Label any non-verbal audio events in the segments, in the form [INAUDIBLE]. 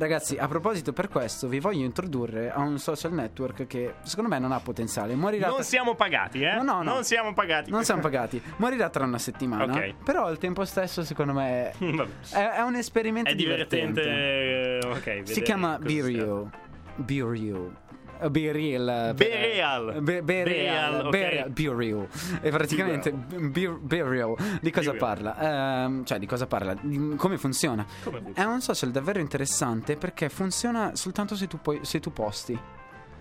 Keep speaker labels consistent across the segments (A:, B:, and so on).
A: Ragazzi, a proposito, per questo vi voglio introdurre a un social network che secondo me non ha potenziale. Morirà
B: Non
A: tra-
B: siamo pagati, eh?
A: Esatto. No, no, no.
B: Non siamo pagati.
A: non
B: [LAUGHS]
A: siamo pagati. Morirà tra una settimana.
B: Ok.
A: Però al tempo stesso, secondo me, è,
B: Vabbè.
A: è un esperimento
B: È divertente.
A: divertente.
B: eh, Ok,
A: Si
B: vedere
A: chiama
B: cosa
A: Be
B: sia.
A: Real. Be Real. Eh, Be Real. eh, per- Be, be
B: Be Real. Be
A: real,
B: Real,
A: Be
B: ok.
A: Real, Be Real. E praticamente Be, Be Real. Di cosa
B: Real.
A: parla? Ehm, cioè, di cosa parla? Di come funziona?
B: Come
A: È
B: funziona?
A: un social davvero interessante perché funziona soltanto se tu, puoi- se tu posti.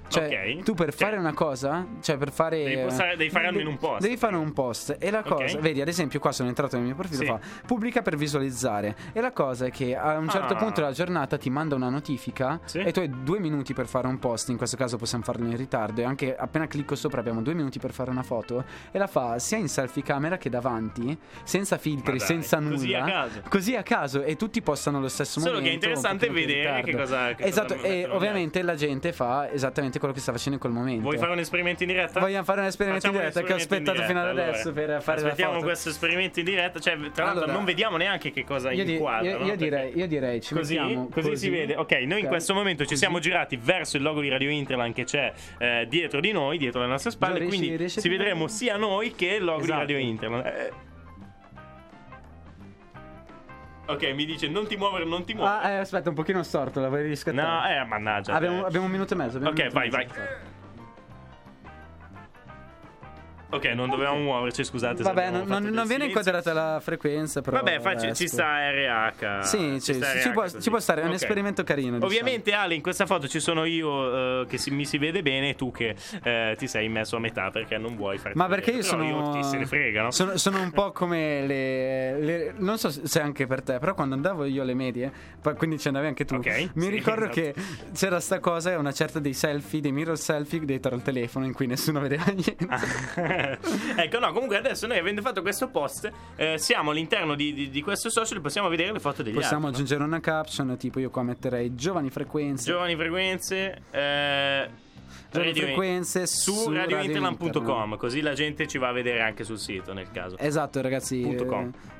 A: Cioè,
B: Ok.
A: tu per
B: Sì.
A: fare una cosa, cioè per fare.
B: Devi postare- devi fare almeno un post.
A: Devi fare un post. E la
B: Ok.
A: cosa, vedi, ad esempio, qua sono entrato nel mio profilo,
B: Sì.
A: fa pubblica per visualizzare. E la cosa è che a un certo
B: Ah.
A: punto della giornata ti manda una notifica
B: Sì.
A: e tu hai due minuti per fare un post. In questo caso possiamo farlo in ritardo. E anche appena clicco sopra abbiamo due minuti per fare una foto. E la fa sia in selfie camera che davanti, senza filtri,
B: Ma Ah, dai,
A: senza nulla.
B: così a caso.
A: Così a caso. E tutti postano lo stesso
B: Solo
A: momento,
B: che è interessante
A: un pochino più in
B: vedere che
A: ritardo.
B: cosa- che cosa
A: Esatto,
B: mettono gli
A: e
B: altri.
A: ovviamente la gente fa esattamente quello che sta facendo in quel momento.
B: Vuoi fare un esperimento in diretta?
A: Vogliamo fare un esperimento
B: Facciamo
A: in diretta che ho
B: esperimento in
A: aspettato fino ad
B: diretta,
A: adesso
B: allora.
A: per fare
B: Aspettiamo
A: la foto.
B: questo esperimento in diretta. Cioè, tra l'altro,
A: Allora,
B: non vediamo neanche che cosa
A: Io, di-
B: inquadra.
A: io-
B: no?
A: io
B: Perché-
A: direi, io direi ci
B: Così,
A: mettiamo
B: così si vede. Ok, noi in questo momento ci siamo girati verso il logo di Radio Interland che c'è eh, dietro di noi, dietro le nostre spalle.
A: Gio, riesci-
B: quindi
A: riesci a
B: ci
A: tirare?
B: vedremo sia noi che il logo
A: Esatto.
B: di Radio Interland. Eh. Ok, mi dice non ti muovere, non ti muovere.
A: Ah, eh, aspetta, un pochino storto, la vuoi riscattare?
B: no, eh, mannaggia.
A: Ah, abbiamo,
B: eh.
A: abbiamo un minuto e mezzo. abbiamo
B: Ok,
A: un minuto e
B: vai,
A: mezzo.
B: vai. Ok, non dovevamo muoverci, scusate. se
A: Vabbè,
B: abbiamo
A: non,
B: fatto
A: non-
B: del
A: non viene
B: silenzio.
A: inquadrata la frequenza, però.
B: Vabbè, fa- ci-
A: adesso.
B: ci sta RH.
A: Sì,
B: ci,
A: sì,
B: sta
A: sì,
B: RH
A: ci può-
B: così.
A: ci può stare, è un
B: Ok.
A: esperimento carino, diciamo.
B: Ovviamente, Ale, in questa foto ci sono io eh, che si- mi si vede bene e tu che eh, ti sei messo a metà perché non vuoi farti
A: Ma perché io
B: vedere.
A: sono.
B: Però Io ti se ne frega, no?
A: Sono, sono un po' come le, le- Non so se anche per te, però quando andavo io alle medie, poi- quindi ci andavi anche tu.
B: Ok,
A: mi
B: sì,
A: ricordo
B: [LAUGHS] esatto.
A: che c'era sta cosa, una certa dei selfie, dei mirror selfie dietro al telefono in cui nessuno vedeva [LAUGHS] niente.
B: [LAUGHS] ecco, no, comunque adesso noi avendo fatto questo post eh, siamo all'interno di, di- di questo social e possiamo vedere le foto degli
A: Possiamo
B: altri.
A: aggiungere una caption, tipo io qua metterei giovani frequenze.
B: Giovani frequenze. eh,
A: Giovani
B: Radio-
A: frequenze
B: su
A: su
B: radiointerland.com
A: radiointerland.
B: così la gente ci va a vedere anche sul sito nel caso.
A: Esatto, ragazzi.
B: Punto
A: eh,
B: com.
A: eh,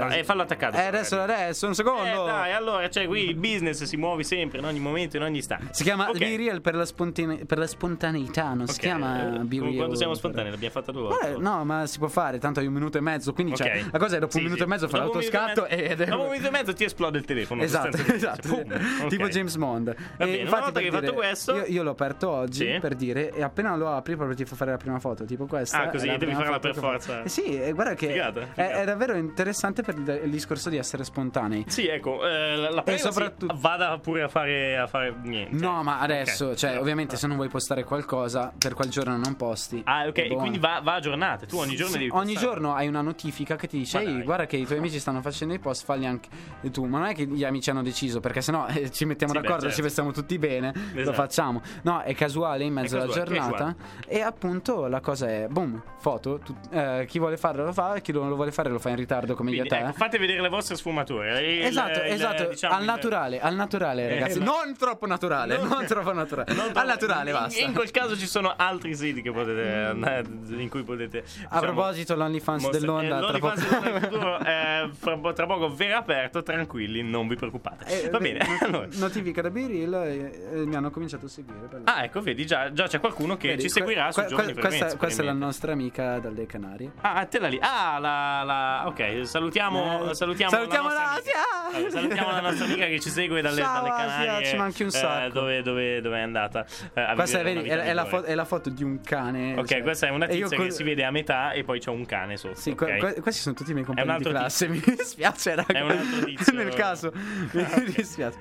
B: No, eh, fallo attaccato.
A: eh, adesso, adesso, un secondo.
B: Eh, dai, allora, cioè, qui il business si muove sempre, in ogni momento, in ogni istante.
A: Si chiama
B: Ok.
A: Be Real per la, spontane- per la spontaneità, non si
B: Ok,
A: chiama
B: eh,
A: Be
B: come
A: Real.
B: Quando siamo
A: per-
B: spontanei, l'abbiamo fatta due volte.
A: Vabbè, no, ma si può fare, tanto hai un minuto e mezzo, quindi
B: Ok.
A: cioè, la cosa è dopo
B: Sì,
A: un minuto
B: sì.
A: e mezzo fa
B: Dopo un minuto e
A: l'autoscatto
B: mezzo-
A: ed è...
B: Dopo un minuto e mezzo ti esplode il telefono.
A: Esatto,
B: sostanzialmente.
A: [LAUGHS]
B: Cioè,
A: esatto.
B: Boom.
A: Tipo
B: Ok.
A: James Bond.
B: Va bene, una volta
A: per
B: che hai fatto
A: dire,
B: questo-
A: Io, io l'ho aperto oggi
B: Sì.
A: per dire, e appena lo apri, proprio ti fa fare la prima foto. Tipo questa.
B: Ah, così,
A: è la
B: devi
A: prima
B: farla
A: foto
B: per
A: che fa-
B: forza.
A: Eh sì, e guarda che
B: Figata,
A: è-
B: figata.
A: È, davvero interessante per il, il discorso di essere spontanei.
B: Sì, ecco, eh, la, la privacy
A: soprattutto-
B: vada pure a fare, a fare niente.
A: No, ma adesso,
B: Ok.
A: cioè, ovviamente, se non vuoi postare qualcosa, per quel giorno non posti.
B: Ah, ok,
A: e buona.
B: quindi va, va a giornate. Tu ogni giorno
A: Sì,
B: devi
A: ogni
B: postare.
A: giorno hai una notifica che ti dice
B: Ma
A: Ehi,
B: dai.
A: guarda che i tuoi amici stanno facendo i post falli anche tu ma non è che gli amici hanno deciso perché sennò eh, ci mettiamo
B: Sì, beh,
A: d'accordo
B: certo.
A: ci vestiamo tutti bene
B: Esatto.
A: lo facciamo no è casuale in mezzo
B: È
A: alla
B: casuale,
A: giornata e appunto la cosa è boom foto tu- eh, chi vuole farlo lo fa chi non lo vuole fare lo fa in ritardo come
B: Quindi,
A: io e te eh.
B: ecco, fate vedere le vostre sfumature. Il-
A: Esatto,
B: il-
A: esatto,
B: diciamo,
A: al
B: il- Eh,
A: naturale, al naturale ragazzi,
B: ma-
A: non troppo naturale, non, troppo [LAUGHS] naturale,
B: [LAUGHS] Non
A: al
B: troppo-
A: naturale
B: in-
A: basta. Mm.
B: In quel caso ci sono altri siti che potete andare- in cui potete. diciamo,
A: A proposito, l'OnlyFans dell'Onda, tra
B: tra
A: poco-
B: poco.
A: [LAUGHS]
B: eh, fra, po- tra poco verrà aperto, tranquilli, non vi preoccupate.
A: Eh,
B: Va
A: beh,
B: bene,
A: [LAUGHS] not-
B: [LAUGHS] allora.
A: Notifica da Biril e, e eh, mi hanno cominciato a seguire. per-
B: Ah, ecco, vedi, già, già c'è qualcuno che
A: Vedi,
B: ci seguirà
A: que-
B: su
A: que-
B: Giovani
A: questa,
B: Frequenze,
A: questa è la
B: probabilmente.
A: nostra amica dalle Canarie.
B: Ah, te la lì. Ah, la, la- Ok, salutiamo.
A: Eh,
B: salutiamo
A: salutiamo
B: la nostra
A: l'Asia!
B: amica. Allora, salutiamo la nostra amica che ci segue dalle,
A: Ciao,
B: dalle
A: Asia,
B: Canarie.
A: ci manchi un
B: eh,
A: sacco.
B: dove, dove- dove è andata? eh, a
A: Questa
B: vivere
A: vedi,
B: una
A: è,
B: vita
A: è la
B: migliore.
A: fo- è la foto di un cane.
B: Ok,
A: cioè.
B: questa è una
A: E io
B: tizia
A: co-
B: che si vede a metà e poi c'è un cane sotto.
A: Sì,
B: ok?
A: que- que- questi sono tutti i miei compagni di
B: altro
A: classe. [LAUGHS] Mi dispiace, raga.
B: È
A: [LAUGHS]
B: un altro tizio.
A: Nel caso, mi dispiace.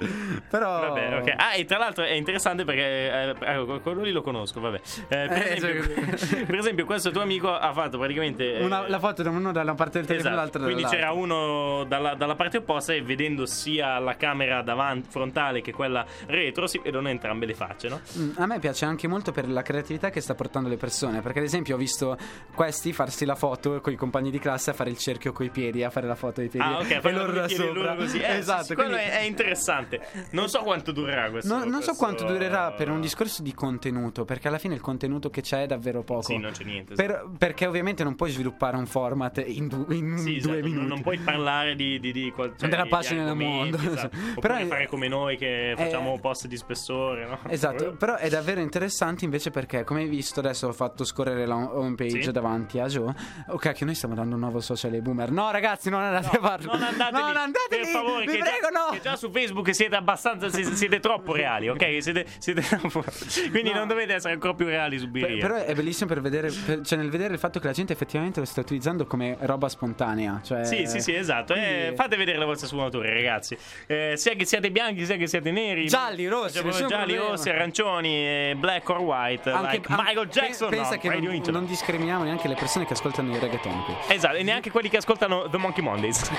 A: Però.
B: Vabbè, ok. Ah, e tra l'altro è interessante perché eh, ecco, quello lì lo conosco, vabbè. Eh, per,
A: Eh,
B: esempio,
A: esatto.
B: [LAUGHS] per esempio, questo tuo amico ha fatto praticamente eh,
A: Una- la foto da uno dalla parte del telefono,
B: Esatto,
A: l'altra
B: quindi
A: dall'altra.
B: c'era uno dalla, dalla parte opposta e vedendo sia la camera davanti, frontale che quella retro si vedono entrambe le facce, no?
A: Mm, A me piace anche molto per la creatività che sta portando le persone, perché ad esempio ho visto questi farsi la foto con i compagni di classe a fare il cerchio coi piedi, a fare la foto dei piedi
B: Ah, ok,
A: e
B: poi
A: loro da sopra.
B: così. Eh,
A: esatto,
B: sì, sì, quello
A: quindi-
B: è, eh. è interessante. Non so quanto durerà questo.
A: No- non so
B: questo-
A: quanto durerà per un discorso di contenuto, perché alla fine il contenuto che c'è è davvero poco.
B: esatto. Sì, non c'è niente.
A: Per- perché ovviamente non puoi sviluppare un format in, du- in
B: Sì,
A: due
B: esatto,
A: minuti.
B: non puoi parlare di, di, di qual- cioè,
A: Della
B: di-
A: pace
B: di
A: nel
B: argomenti,
A: mondo. [LAUGHS]
B: esatto. Oppure
A: Però è-
B: fare come noi che
A: è-
B: facciamo post di spessore, no? [LAUGHS]
A: Esatto, però è davvero interessante invece perché, come hai visto, adesso ho fatto scorrere la home page
B: Sì.
A: davanti a Joe. Oh, cacchio, noi stiamo dando un nuovo social ai boomer. No, ragazzi, non andate a
B: No,
A: farlo.
B: non andate
A: non
B: lì,
A: andate
B: per
A: lì,
B: favore,
A: vi
B: che,
A: prego,
B: già,
A: no.
B: che già su Facebook siete abbastanza, siete, siete troppo reali, ok? Siete, siete troppo- [LAUGHS] Quindi
A: No.
B: non dovete essere ancora più reali su
A: Per-
B: Birria.
A: Però è bellissimo per vedere, per- cioè nel vedere il fatto che la gente effettivamente lo sta utilizzando come roba spontanea. Cioè,
B: Sì, sì, sì, esatto. Eh,
A: quindi-
B: fate vedere la vostra sfumatura, ragazzi. Eh, sia che siate bianchi, sia che siate neri.
A: Gialli, rossi,
B: Cioè, proprio
A: nessun
B: gialli,
A: problema.
B: rossi, arancioni, eh, black or white.
A: Anche-
B: like
A: anche-
B: Michael
A: pe-
B: Jackson.
A: pensa
B: no,
A: che
B: Radio
A: non,
B: Internet.
A: non discriminiamo neanche le persone che ascoltano i reggaeton qui.
B: Esatto, e neanche quelli che ascoltano The Monkey Mondays.